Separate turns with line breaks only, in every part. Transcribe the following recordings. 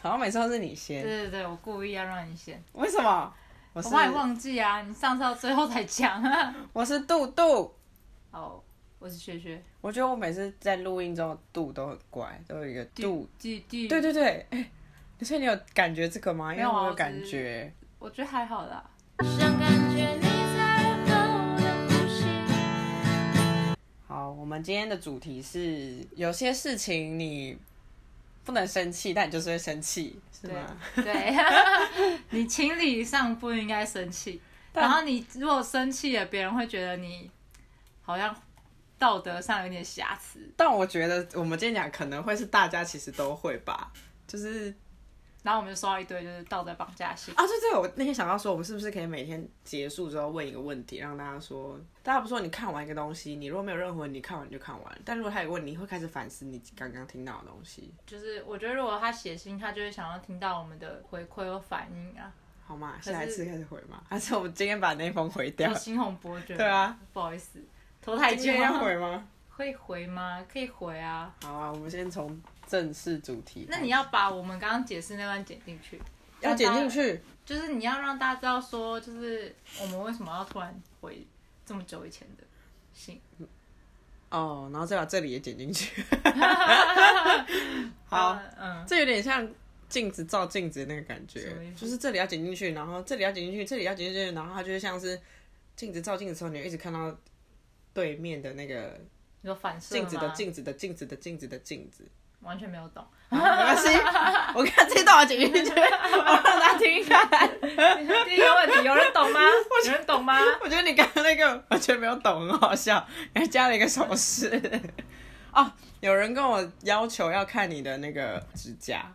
好像每次都是你先，
对对对，我故意要让你先，
为什么？我
我
是
怕你忘记啊，你上次到最后才 讲啊。
我是杜杜，
哦，我是学学，
我觉得我每次在录音中的杜都很乖，都有一个杜。
记记，
对对对，哎、所以你有感觉这个吗？因为
没有啊
我有
我只
感
是
觉。
我觉得还好啦。
想感觉你在我的呼吸。
好，我们今天的主题是有些事情你不能生气，但你就是会生气，是吗？
对，你情理上不应该生气，
但
然后你如果生气了，别人会觉得你好像道德上有点瑕疵，
但我觉得我们今天讲可能会是大家其实都会吧，就是
然后我们就收到一堆就是道德绑架信。
啊，对对，我那天想到说，我们是不是可以每天结束之后问一个问题，让大家说，大家不说你看完一个东西，你如果没有任何问题，你看完就看完，但如果他有问题，你会开始反思你刚刚听到的东西，
就是我觉得如果他写信，他就会想要听到我们的回馈和反应啊，
好吗？
是
下一次开始回吗？还是我们今天把那封回掉
就？猩红伯爵。
对啊，
不好意思，拖太
今天
久
要
了。
回吗？
会回吗？可以回啊。
好啊，我们先从正式主题。
那你要把我们刚刚解释那段剪进去，
要剪进去？
就是你要让大家知道说，就是我们为什么要突然回这么久以前的信。
哦，然后再把这里也剪进去。好，，
嗯，
这有点像镜子照镜子的那个感觉
什么意，思
就是这里要剪进去，然后这里要剪进去，这里要剪进去，然后它就是像是镜子照镜子的时候，你会一直看到对面的那 个
有反射吗
镜子的，镜子的镜子的镜子的镜子。
完全没有懂。
好没关系，我看这段我剪进去，我让 大家听一看。
第一个问题，有人懂吗？有人懂吗？
我觉得你刚刚那个完全没有懂，很好笑，你还加了一个手势。哦，有人跟我要求要看你的那个指甲，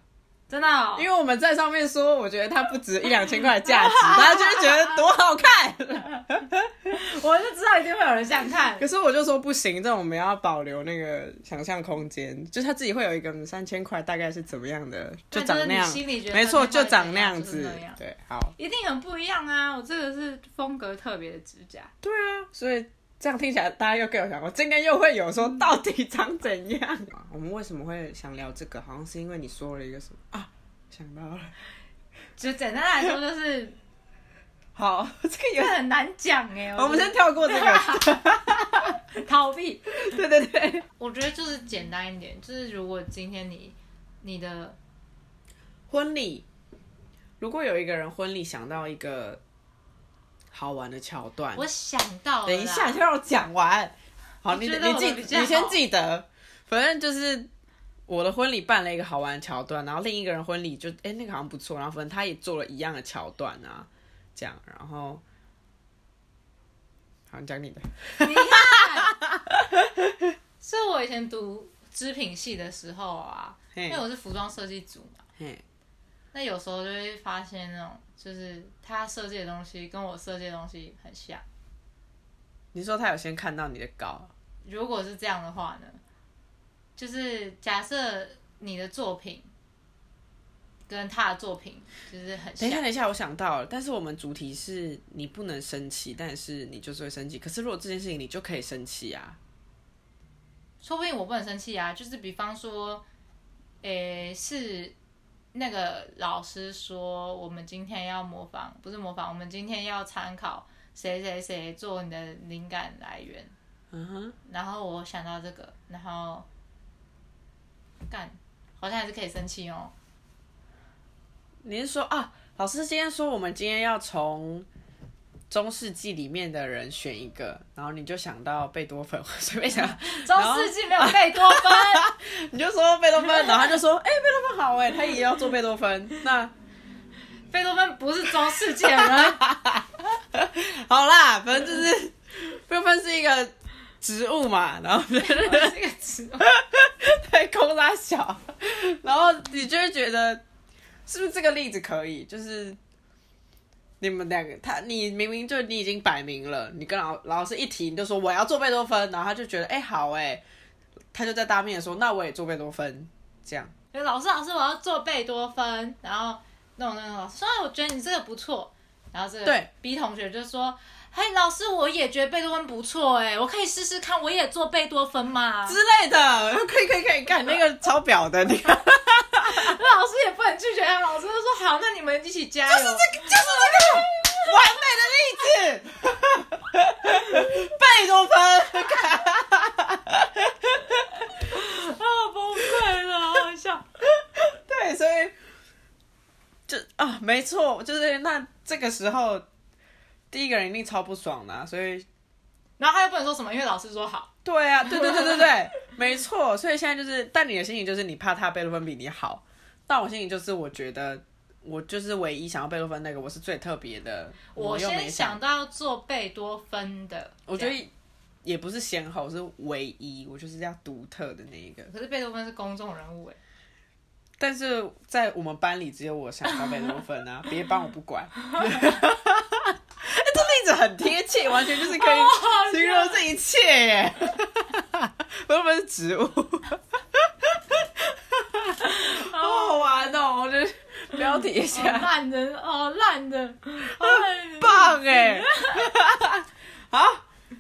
真的哦，
因为我们在上面说，我觉得它不值一两千块的价值，大家就会觉得多好看。
我就知道一定会有人这样看
可。是我就说不行，这种我们要保留那个想象空间，就是他自己会有一个三千块大概是怎么样的，
对
长那样
就是你心里觉，得
没错，
3000块
就长那样
怎
子
样就是那样。
对，好，
一定很不一样啊！我这个是风格特别的指甲，
对啊，所以这样听起来大家又更有想过，今天又会有说到底长怎样？ 我们为什么会想聊这个？好像是因为你说了一个什么啊？想到了，
就简单来说就是
好，这个
这
有，
很难讲 哎、
我们先跳过这个，
先逃避。
对对对，
我觉得就是简单一点，就是如果今天你你的
婚礼，如果有一个人婚礼想到一个好玩的桥段，
我想到了啦
等一下，就让我讲完。好，你
你觉得
你
我
记，
的比较
你先
好
记得，反正就是我的婚礼办了一个好玩的桥段，然后另一个人婚礼就哎、诶那个好像不错，然后反正他也做了一样的桥段啊，这样，然后。好，你讲你的。
你看，是我以前读织品系的时候啊，因
嘿
为，我是服装设计组嘛，
嘿，
那有时候就会发现那种就是他设计的东西跟我设计的东西很像。
你说他有先看到你的稿，
如果是这样的话呢，就是假设你的作品跟他的作品就是很
等一下，
像，
等一下，我想到了，但是我们主题是你不能生气，但是你就是会生气。可是如果这件事情你就可以生气啊，
说不定我不能生气啊。就是比方说，诶、是那个老师说我们今天要模仿，不是模仿，我们今天要参考谁谁谁做你的灵感来源。
嗯哼，
然后我想到这个，然后干，好像还是可以生气哦。
你是说啊，老师今天说我们今天要从中世纪里面的人选一个，然后你就想到贝多芬，我随便想，
中世纪没有贝多芬。
你就说贝多芬，然后他就说，哎、贝多芬好哎，他也要做贝多芬。那
贝多芬不是中世纪的人，
好啦，反正就是贝多芬是一个植物嘛，然后
这个词
在空拉小，然后你就会觉得是不是这个例子可以？就是你们两个，他你明明就你已经摆明了，你跟老老师一提，你就说我要做贝多芬，然后他就觉得哎、好哎、他就在大面说那我也做贝多芬，这样
就老师老师我要做贝多芬，然后那种那种老师说哎我觉得你这个不错，然后这个
对
B 同学就说。嘿，老师，我也觉得贝多芬不错哎，我可以试试看，我也做贝多芬嘛。
之类的，可以可以可以，干那个超表的，你看
老师也不能拒绝起 加油。
完美的例子， 贝多芬，
啊，我崩溃了，好好笑。
对，所以就啊，没错，就是那这个时候，第一个人一定超不爽的啊、所以
然后他又不能说什么，因为老师说好。
对啊，对对对对对，没错。所以现在就是，但你的心情就是你怕他贝多芬比你好，但我心里就是我觉得我就是唯一想要贝多芬那个，我是最特别的。
我
又没
先想，到做贝多芬的，
我觉
这样
得也不是先后，是唯一，我就是要独特的那一个。
可是贝多芬是公众人物哎，
但是在我们班里，只有我想当贝多芬 啊，别班我不管。哎这例子很贴切，完全就是可 以
好
形容这一切 耶。贝多芬是植物，好好玩哦！我的标题一
好
下，
哦烂的，好烂的，
哎
好烂的。
棒哎！好，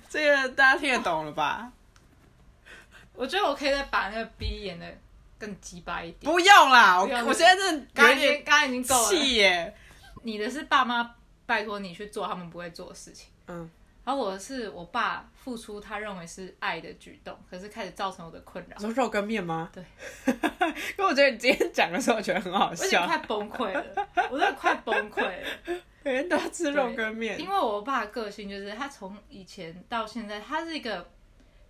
这个大家听得懂了吧？
我觉得我可以再把那个 B 演的更鸡巴一 点。
不用啦，我
不用
我现在真的
刚
有
刚已经
点
刚刚已经够了。
气耶。
你的是爸妈拜托你去做他们不会做的事情，
嗯，
而我的是我爸付出他认为是爱的举动，可是开始造成我的困扰
你，说肉跟面吗？
对。
因为我觉得你今天讲的时候，我觉得很好
我已经
笑。
快崩溃了，我真的快崩溃了。
每天都要吃肉跟面
因，为我爸的个性就是他从以前到现在，他是一个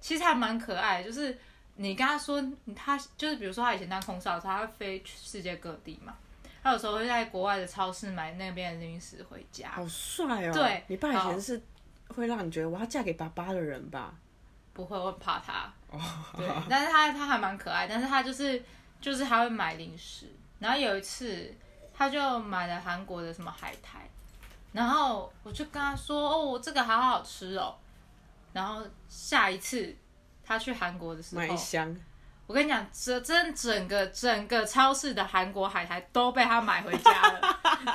其实还蛮可爱的，就是你跟他说他就是比如说他以前当空少的时候，他会飞去世界各地嘛，他有时候会在国外的超市买那边的零食回家。
好帅哦！
对
你爸以
好
前是会让你觉得我要嫁给爸爸的人吧？
不会，我很怕他。
哦
对，但是他他还蛮可爱，但是他就是就是他会买零食，然后有一次他就买了韩国的什么海苔，然后我就跟他说：“哦，这个好好吃哦。”然后下一次他去韩国的时
买一
候，
箱，
我跟你讲，这真整个整个超市的韩国海苔都被他买回家了，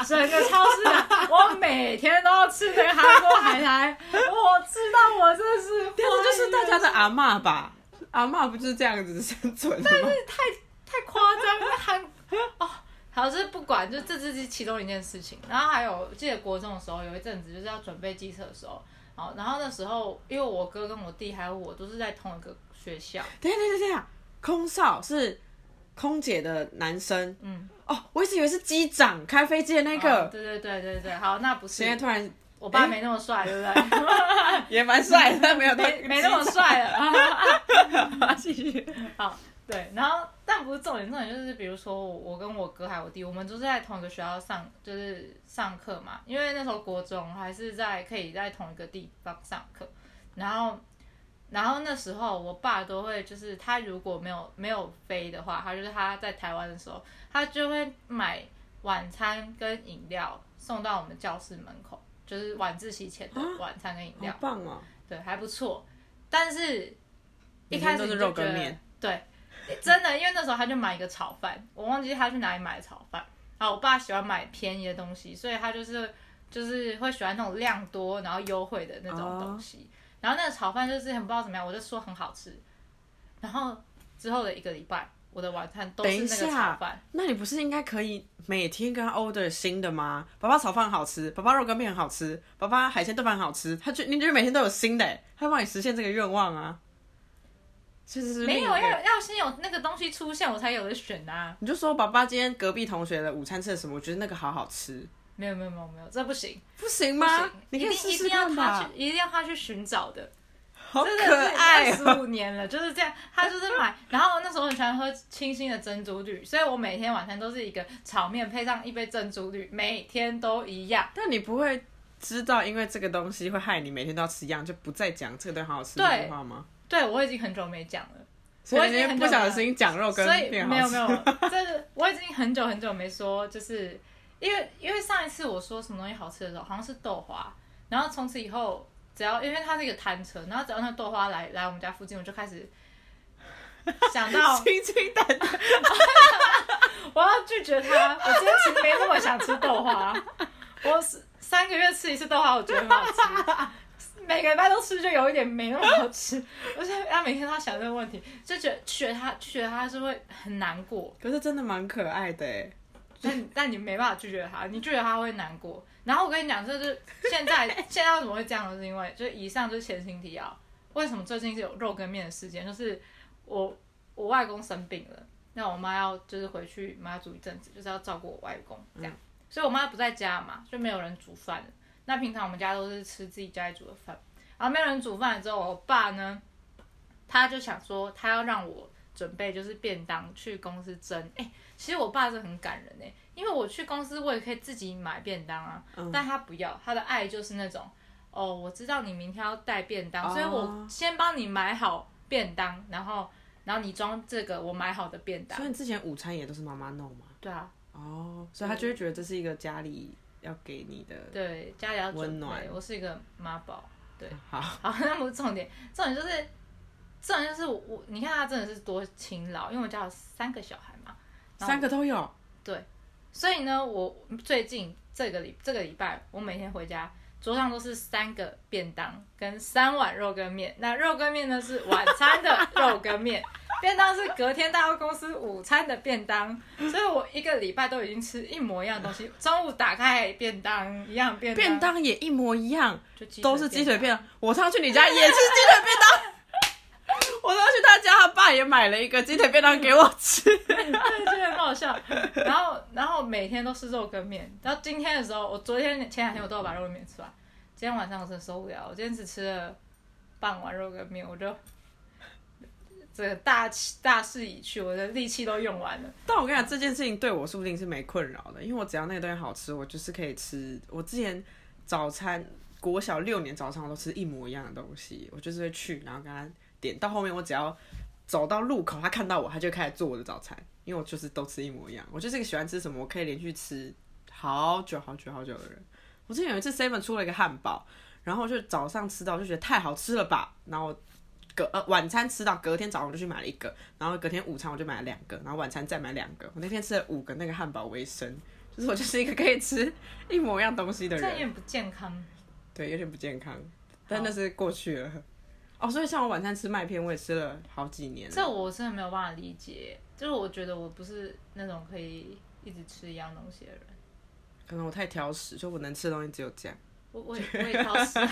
整个超市的我每天都要吃那个韩国 海苔，我吃到我真的是坏了，这
这就是
啊
大家的阿嬷吧？阿嬷不就是这样子生存的吗？
太太夸张了，韩哦，好，就是不管，就这只是其中一件事情。然后还有，我记得国中的时候有一阵子就是要准备机测的时候，哦，然后那时候因为我哥跟我弟还有我都是在同一个学 校，
等一下等一下等一下，空少是空姐的男生
嗯，
哦，我一直以为是机长，开飞机的那
哦
个。
对对对对对，好，那不是
现在突然
我爸
哎
没那么帅，对不对？
也蛮帅的，但没有到
没没那么帅了。
么继续。
好，对，然后但不是重点，重点就是比如说我我跟我哥还有我弟，我们都是在同一个学校上，就是上课嘛，因为那时候国中还是在可以在同一个地方上课，然后。然后那时候，我爸都会就是他如果没有没有飞的话，他就是他在台湾的时候，他就会买晚餐跟饮料送到我们教室门口，就是晚自习前的晚餐跟饮料
好。棒哦！
对，还不错。但是一开
每天
始
都是
你就
肉跟
觉得
面，
对，真的，因为那时候他就买一个炒饭，我忘记他去哪里买的炒饭。啊，我爸喜欢买便宜的东西，所以他就是就是会喜欢那种量多然后优惠的那种
哦
东西。然后那个炒饭就是很不知道怎么样，我就说很好吃。然后之后的一个礼拜，我的晚餐都
等
是
一
那个炒
下
饭。，
那你不是应该可以每天跟他 order 新的吗？爸爸炒饭很好吃，爸爸肉羹面很好吃，爸爸海鲜炖饭很好吃，他就你就每天都有新的欸，他帮你实现这个愿望啊。其实是
没有，
另一个
要要先有那个东西出现，我才有的选啊。
你就说爸爸今天隔壁同学的午餐吃的什么，我觉得那个好好吃，
没有没有没有没有，这不行。
不行
不
吗？
行，
你
一
可以
定
试
啊一
试
定要
看
他
吧
去，，一定要他去寻找的，
好
真
可
的
爱
十
哦、
五年了，就是这样。他就是买， 然后那时候很喜欢喝清新的珍珠绿，所以我每天晚餐都是一个炒面配上一杯珍珠绿，每天都一样。
但你不会知道，因为这个东西会害你每天都要吃一样，就不再讲这个东西好好吃这句
对
话吗？
对我已经很久没讲了，
所以你
已经
今天
很
不
久
小
没
心讲肉羹
所以
面
没有
好吃
没有， 这是我已经很久很久没说，就是因为因为上一次我说什么东西好吃的时候，好像是豆花，然后从此以后，只要因为它是一个摊车，然后只要那豆花来来我们家附近，我就开始想到
清清淡淡。
我要拒绝它。我今天其实没那么想吃豆花，我是三个月吃一次豆花，我觉得很好吃。每个礼拜都吃就有一点没那么好吃， 而且他每天都要想这个问题，就觉得拒绝他拒绝他是会很难过。
可是真的蛮可爱的哎，
但但你没办法拒绝他，你拒绝他会难过。然后我跟你讲，这就是现在现在为什么会这样，就是因为就是以上就是前情提要。为什么最近是有肉跟面的事件？就是我我外公生病了，那我妈要就是回去妈祖一阵子，就是要照顾我外公这样，所以我妈不在家嘛，就没有人煮饭了。那平常我们家都是吃自己家里煮的饭，然后没有人煮饭之后，我爸呢，他就想说他要让我准备就是便当去公司蒸。哎、其实我爸是很感人哎、因为我去公司我也可以自己买便当啊，但他不要，他的爱就是那种哦，我知道你明天要带便
哦
当，所以我先帮你买好便当，然后然后你装这个我买好的便当
所以。你之前午餐也都是妈妈弄嘛？
对啊，
哦，所以他就会觉得这是一个家里要给你的。
对，家里要
温
准备
暖。
我是一个妈宝。
好，
好， 那不是重点，重点就是，重点就是我我，你看他真的是多勤劳，因为我家有三个小孩嘛，然后
三个都有，
所以呢，我最近这个礼这个礼拜，我每天回家桌上都是三个便当跟三碗肉羹面。那肉羹面呢是晚餐的肉羹面， 便当是隔天到公司午餐的便当。所以我一个礼拜都已经吃一模一样的东西，中午打开便当一样的便当，
便当也一模一样，
就鸡
都是鸡腿便
便
当。我上次去你家也是鸡腿便当， 我上次去他家，他爸也买了一个鸡腿便当给我吃。
对，就很好笑。然后，然后每天都是肉跟面。然后今天的时候，我昨天前两天我都有把肉跟面吃完。今天晚上我真的受不了，我今天只吃了半碗肉跟面，我就 这个大气大势已去，我的力气都用完了。
但我跟你讲，这件事情对我说不定是没困扰的，因为我只要那个东西好吃，我就是可以吃。我之前早餐，国小六年早餐我都吃一模一样的东西，我就是会去，然后跟他点。到后面我只要走到路口，他看到我，他就开始做我的早餐，因为我就是都吃一模一样。我就是一个喜欢吃什么，我可以连续吃好久好久好久的人。我之前有一次 Seven 出了一个汉堡，然后我就早上吃到，我就觉得太好吃了吧，然后我隔呃晚餐吃到，隔天早上我就去买了一个，然后隔天午餐我就买了两个，然后晚餐再买两个。我那天吃了五个那个汉堡为生，就是我就是一个可以吃一模一样东西的
这样有
人，
点不健康。
对，有点不健康，但那是过去了。哦，所以像我晚餐吃麦片，我也吃了好几年了。
这我真的没有办法理解，就是我觉得我不是那种可以一直吃一样东西的人。
可能我太挑食，就我能吃的东西只有这样。
我我也我也挑食，啊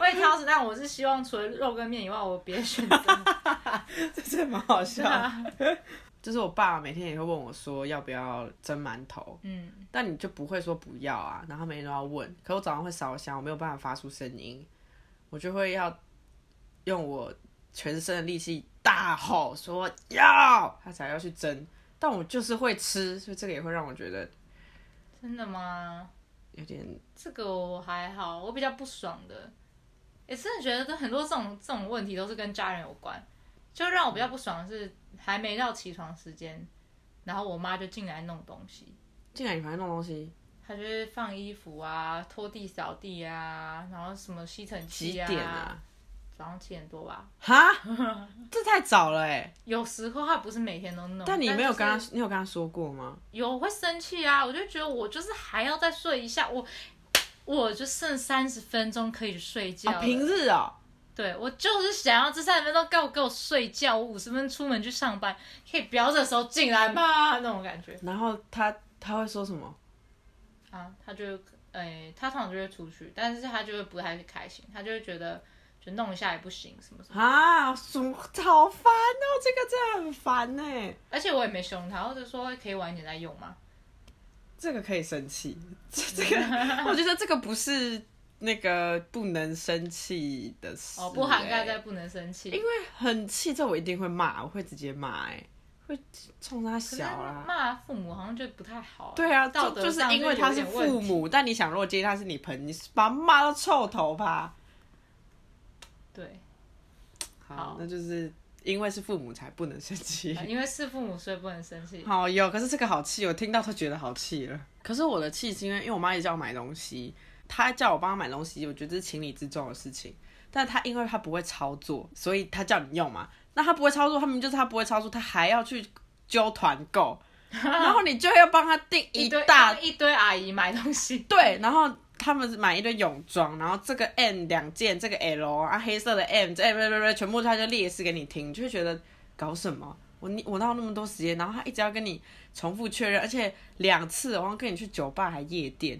我也挑食，但我是希望除了肉跟面以外，我别选择。
这真的蛮好笑的。
啊
就是我爸每天也会问我说要不要蒸馒头，
嗯。
但你就不会说不要啊，然后每天都要问。可我早上会烧香，我没有办法发出声音，我就会要用我全身的力气大吼说要，他才要去蒸。但我就是会吃，所以这个也会让我觉得
真的吗？
有点
这个我还好，我比较不爽的，也真的觉得这很多这种这种问题都是跟家人有关。就让我比较
嗯
不爽的是，还没到起床时间，然后我妈就进来弄东西，
进来你房间弄东西，
她就是放衣服啊、拖地、扫地啊，然后什么吸尘
几
器
点啊？
早上七点多吧。
哈，这太早了哎、
有时候她不是每天都弄，
但你没有
就是
跟他，你有跟他说过吗？
有我会生气啊！我就觉得我就是还要再睡一下，我我就剩三十分钟可以睡觉了、
啊，平日哦，
对我就是想要这三十分钟给我给我睡觉，我五十分出门去上班，可以不要这时候进来 吗？那种感觉
然后他他会说什么？
啊，他就诶、他通常就会出去，但是他就会不太开心，他就会觉得就弄一下也不行什么什么，
啊，什么好烦哦，这个真的很烦欸呢。
而且我也没凶他，或者说可以晚一点再用嘛。
这个可以生气，这这 个我觉得这个不是那个不能生气的事、
哦，不涵盖在
欸
不能生气，
因为很气，这我一定会骂，我会直接骂，哎，会冲他
可
小
是
啦。
骂父母好像就不太好。
啊对啊，
道
就
德
就
上
是因为他是
有点问
父
题。
母，但你想，如果今天他是你朋友，你把他骂到臭头吧。
对，
好
好，
那就是因为是父母才不能生气。
呃因为是父母所以不能生 气。
好有，可是这个好气，我听到都觉得好气了。可是我的气是因为，因为我妈也叫我买东西，她叫我帮她买东西，我觉得这是情理之中的事情。但她因为她不会操作，所以她叫你用嘛。那她不会操作，她明明就是她不会操作，她还要去揪团购， 然后你就要帮她订一
堆
大
一堆阿姨买东西，
对，然后他们买一堆泳装，然后这个 M 两件，这个 L 啊黑色的 M，这 M 不不不，全部他就列示给你听，你就会觉得搞什么？我你我哪有那么多时间？然后他一直要跟你重复确认，而且两次，我好像跟你去酒吧还夜店，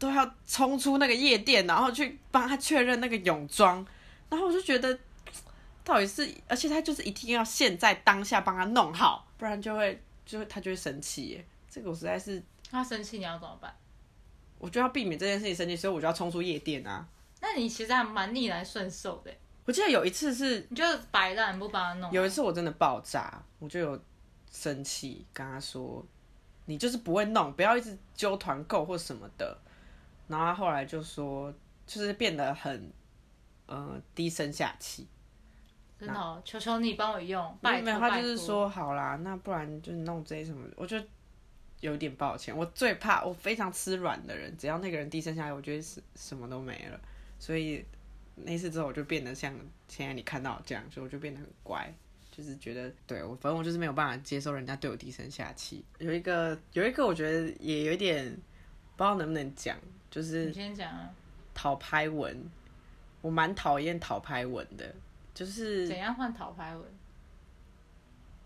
都要冲出那个夜店，然后去帮他确认那个泳装，然后我就觉得到底是，而且他就是一定要现在当下帮他弄好，不然就会就会他就会生气耶。这个我实在是，
他生气你要怎么办？
我就要避免这件事情生气，所以我就要冲出夜店啊。
那你其实还蛮逆来顺受的，欸
我记得有一次是
你就摆烂不帮他弄。啊
有一次我真的爆炸，我就有生气，跟他说：“你就是不会弄，不要一直揪团购或什么的。”然后他后来就说，就是变得很呃低声下气。
真的哦，求求你帮我用，
没
拜
有没有，
托
他
拜
就是
托。
说：“好啦，那不然就弄这些什么。”我就有点抱歉，我最怕我非常吃软的人，只要那个人低声下气，我觉得什什么都没了。所以那次之后，我就变得像现在你看到我这样，所以我就变得很乖，就是觉得对我，反正我就是没有办法接受人家对我低声下气。有一个有一个，我觉得也有一点不知道能不能讲，就是
你先讲啊，
讨拍文，我蛮讨厌讨拍文的，就是
怎样换讨拍文？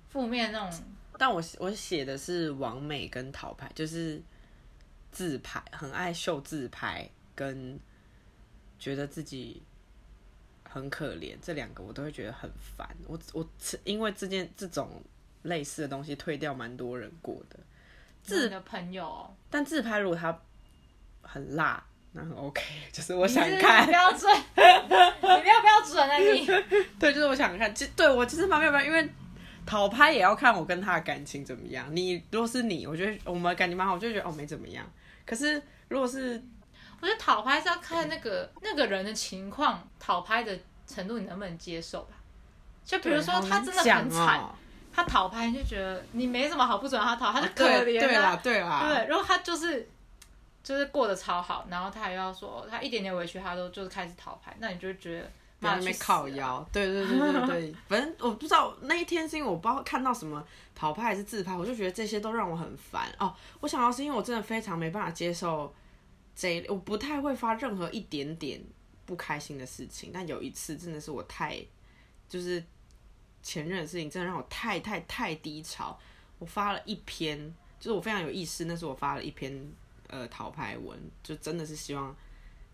负面那种，
但我我写的是完美跟淘牌，就是自拍，很爱秀自拍，跟觉得自己很可怜，这两个我都会觉得很烦。我我因为这件这种类似的东西退掉蛮多人过的，
自的朋友哦，
但自拍如果它很辣，那很 OK，就是 我 想
你是
看。
标 准，你没有标准啊你。
对，就是我想看，其对我其实蛮没有办法，因为讨拍也要看我跟他的感情怎么样。你如果是你，我觉得我们感情蛮好，我就觉得哦没怎么样。可是如果是
我觉得讨拍是要看那个那个人的情况，讨拍的程度你能不能接受吧？就比如说他真的很惨，
哦
他讨拍你就觉得你没什么好不准他讨，他就可
哦对
怜
对啦
啊，
对啦，
对不对？如果他就是就是过得超好，然后他还要说他一点点委屈他都就是开始讨拍，那你就会觉得
在
妈
那
去
边
死
靠
啊，
腰，对对对对对， 反正我不知道那一天是因为我不知道看到什么跑拍还是自拍，我就觉得这些都让我很烦哦。我想到是因为我真的非常没办法接受这一，我不太会发任何一点点不开心的事情，但有一次真的是我太就是前任的事情，真的让我太太太低潮，我发了一篇，就是我非常有意识，那是我发了一篇呃讨拍文，就真的是希望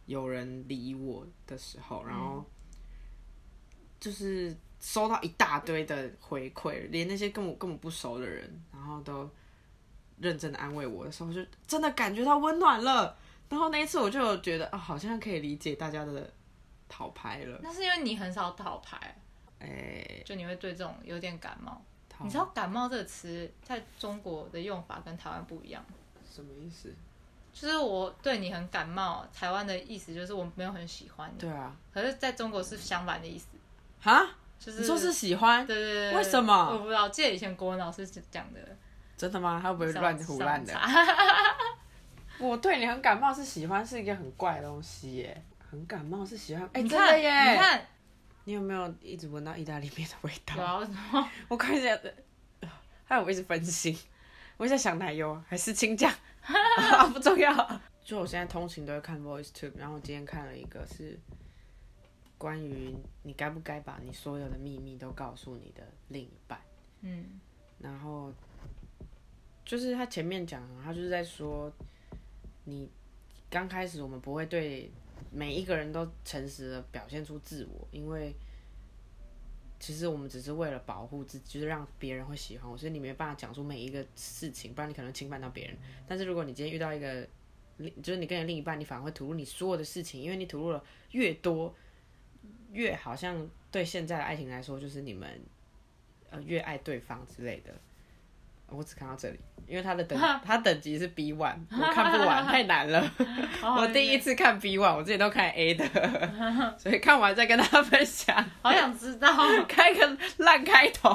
有人理我的时候，然后。就是收到一大堆的回馈，连那些跟我根本不熟的人，然后都认真的安慰我的时候，我就真的感觉到温暖了。然后那一次我就有觉得啊、好像可以理解大家的讨拍了。
那是因为你很少讨拍，
哎、
就你会对这种有点感冒。
讨
你知道“感冒”这个词在中国的用法跟台湾不一样吗。
什么意思？
就是我对你很感冒，台湾的意思就是我没有很喜欢你，
对啊，
可是在中国是相反的意思，
哈，
就是
你说是喜欢
对，对对对，
为什么
我不知道，记得以前国文老师讲的，
真的吗？他会不会乱胡乱的
上？上查
我对你很感冒是喜欢，是一个很怪的东西耶。很感冒是喜欢，哎、
你
真的
看，你
耶！
看，
你有没有一直闻到意大利面的味道？
有啊，为什么？
我快点，呃害我一直分心。我一直在想奶油还是青酱，啊不重要。就我现在通勤都会看 Voice Tube，然后我今天看了一个是关于你该不该把你所有的秘密都告诉你的另一半。
嗯，
然后就是他前面讲，他就是在说，你刚开始我们不会对每一个人都诚实的表现出自我，因为其实我们只是为了保护自己，就是让别人会喜欢我，所以你没办法讲出每一个事情，不然你可能侵犯到别人。但是如果你今天遇到一个另，就是你跟你另一半，你反而会吐露你所有的事情，因为你吐露了越多，越好像对现在的爱情来说，就是你们呃越爱对方之类的。我只看到这里，因为他的等他等级是 B one，我看不完，太难了。
好
我第一，次看 B one，我之前都看 A 的，所以看完再跟大家分享，
好想知道，
开个烂开头。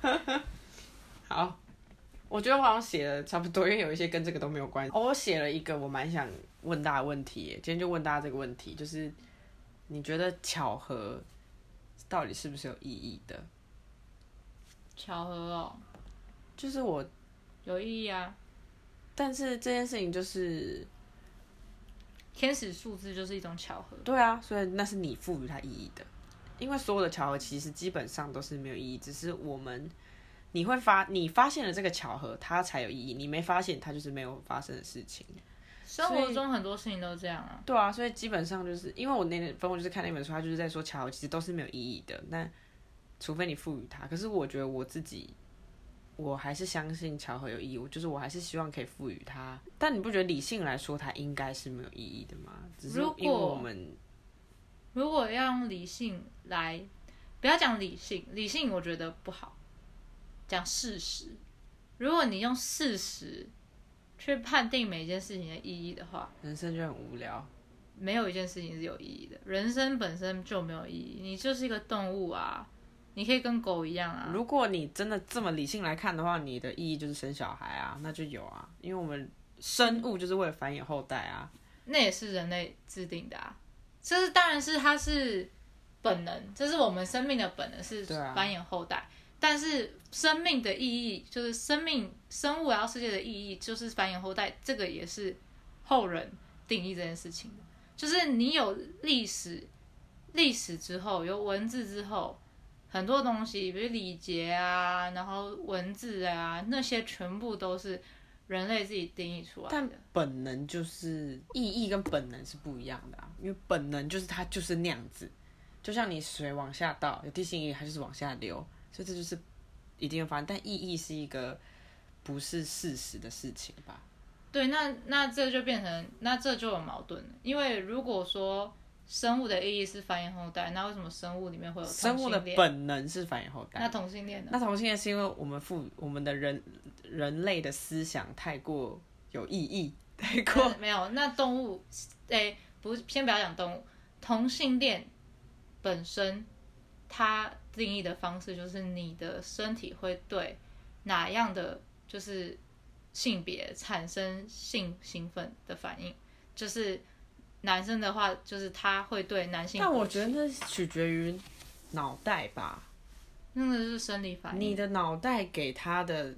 好，我觉得我好像写的差不多，因为有一些跟这个都没有关系。哦，我写了一个我蛮想问大家的问题耶，今天就问大家这个问题，就是你觉得巧合到底是不是有意义的？
巧合哦，
就是我
有意义啊，
但是这件事情就是
天使数字就是一种巧合，
对啊，所以那是你赋予它意义的，因为所有的巧合其实基本上都是没有意义，只是我们你会发你发现了这个巧合，它才有意义；你没发现，它就是没有发生的事情。
生活中很多事情都这样啊。
对啊，所以基本上就是因为我那天反正我就是看那本书，它就是在说巧合其实都是没有意义的，那除非你赋予它。可是我觉得我自己，我还是相信巧合有意义，我就是我还是希望可以赋予它。但你不觉得理性来说它应该是没有意义的吗？只是
如
因为我
果
们
如果要用理性来，不要讲理性，理性我觉得不好，讲事实。如果你用事实去判定每一件事情的意义的话，
人生就很无聊。
没有一件事情是有意义的。人生本身就没有意义，你就是一个动物啊，你可以跟狗一样啊。
如果你真的这么理性来看的话，你的意义就是生小孩啊，那就有啊，因为我们生物就是为了繁衍后代啊。
那也是人类制定的啊。这是当然是它是本能，这是我们生命的本能，是
对啊
繁衍后代。但是生命的意义就是生命生物来到世界的意义就是繁衍后代，这个也是后人定义这件事情的。就是你有历史，历史之后有文字之后，很多东西，比如礼节啊，然后文字啊，那些全部都是人类自己定义出来的。
但本能就是意义跟本能是不一样的啊，因为本能就是它就是那样子，就像你水往下倒，有地心引力它就是往下流，所以这就是一定会发生。但意义是一个不是事实的事情吧？
对，那那这就变成，那这就有矛盾了。因为如果说生物的意义是繁衍后代，那为什么生物里面会有同性
生物的
恋？
本能是繁衍后代
那。同性恋呢？
那同性恋是因为我们父我们的人人类的思想太过有意义，太过
那没有，那动物，诶、不，先不要讲动物，同性恋本身它定义的方式就是你的身体会对哪样的就是性别产生性兴奋的反应，就是男生的话，就是他会对男性勃起，
但我觉得那取决于脑袋吧，
那个是生理反应。
你的脑袋给他的，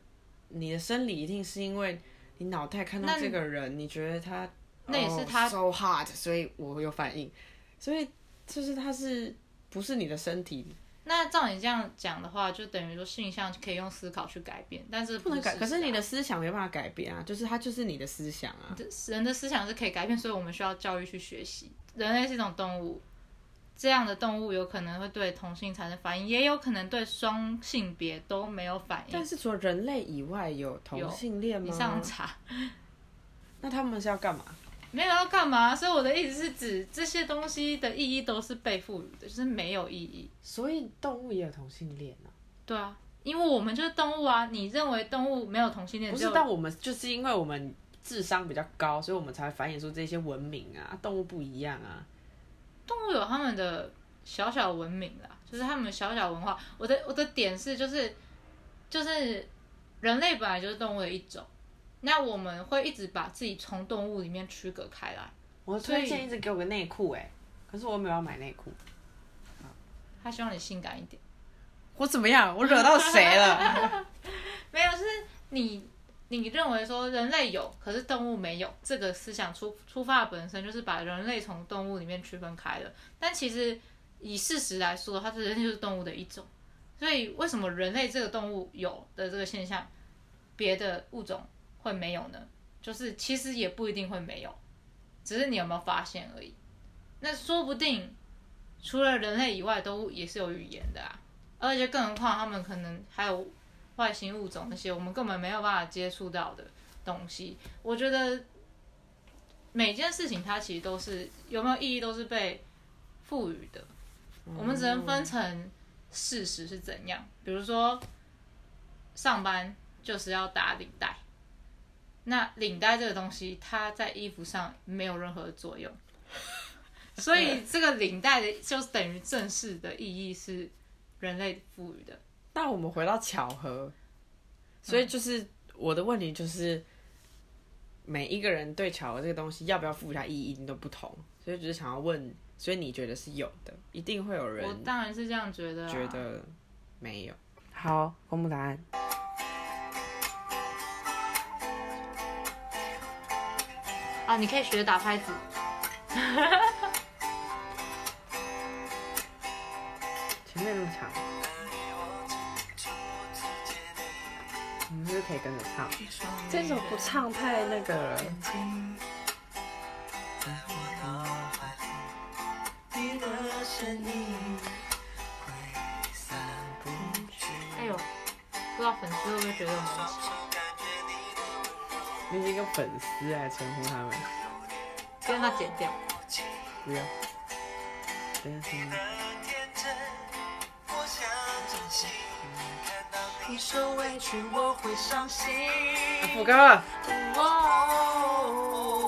你的生理一定是因为你脑袋看到
那
这个人，你觉得他哦
那也是他
so hard，所以我有反应，所以就是他是不是你的身体
那照你这样讲的话，就等于说性向可以用思考去改变，但是
不能改，
事
可
实
是你
啊
的思想没办法改变啊，就是他就是你的思想啊，
人的思想是可以改变，所以我们需要教育去学习。人类是一种动物，这样的动物有可能会对同性产生反应，也有可能对双性别都没有反
但
应。
是除嗯了人类以外，有同
有
性恋
你
吗？
上网查
那他们是要干嘛？
没有要干嘛？所以我的意思是指这些东西的意义都是被赋予的，就是没有意义。
所以动物也有同性恋啊？
对啊，因为我们就是动物啊，你认为动物没有同性恋，
不
只
是
有，
但我们就是因为我们智商比较高，所以我们才繁衍出这些文明啊。动物不一样啊，
动物有他们的小小文明啦，就是他们小小文化。我的我的点是，就是就是人类本来就是动物的一种，那我们会一直把自己从动物里面区隔开来。
我
所以
推荐一直给我个内裤哎，可是我没有要买内裤。
他希望你性感一点，
我怎么样？我惹到谁 了？
没有，是你你认为说人类有，可是动物没有，这个思想出出发本身就是把人类从动物里面区分开了。但其实以事实来说，它人类就是动物的一种，所以为什么人类这个动物有的这个现象，别的物种会没有呢？就是其实也不一定会没有，只是你有没有发现而已。那说不定除了人类以外，都也是有语言的啊，而且更何况他们可能还有外星物种那些我们根本没有办法接触到的东西。我觉得每件事情它其实都是有没有意义都是被赋予的，我们只能分成事实是怎样。比如说，上班就是要打领带，那领带这个东西它在衣服上没有任何作用。所以这个领带的，就是等于正式的意义是人类赋予的。
那我们回到巧合，所以就是我的问题就是，每一个人对巧合这个东西要不要赋予它意义，一定都不同。所以只是想要问，所以你觉得是有的，一定会有人
我当然是这样觉得、啊。
觉得没有。好，公布答案。
啊，你可以学打拍子。
前面那么长。
带我进出之间的
你们是不是可以跟着唱？
这
这首不唱太那个了。
在我脑海里，你的身影挥散不去。
哎呦，不知道粉丝会不会觉得我们
双手感觉你的温柔。
你是一个粉丝来称呼他们，
跟他剪掉？
不要。等一下
你的天真，我想珍惜。看到你受委屈，我会伤心。
副歌
哦。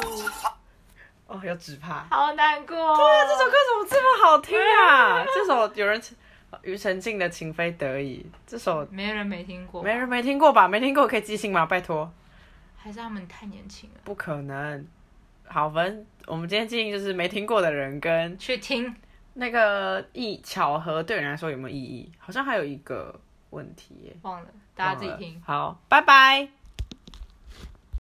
哦，有指帕。
好难过、哦
哇，这首歌怎么这么好听啊？ 这首有人庾澄庆的《情非得已》，这首
没人没听过，
没人没听过吧？没听过可以寄信吗？拜托，
还是他们太年轻了，
不可能。好，反正我们今天进行就是没听过的人跟
去听。
那个意巧合对你来说有没有意义？好像还有一个问题耶，
忘了，大家自己
忘了
听。
好，拜拜。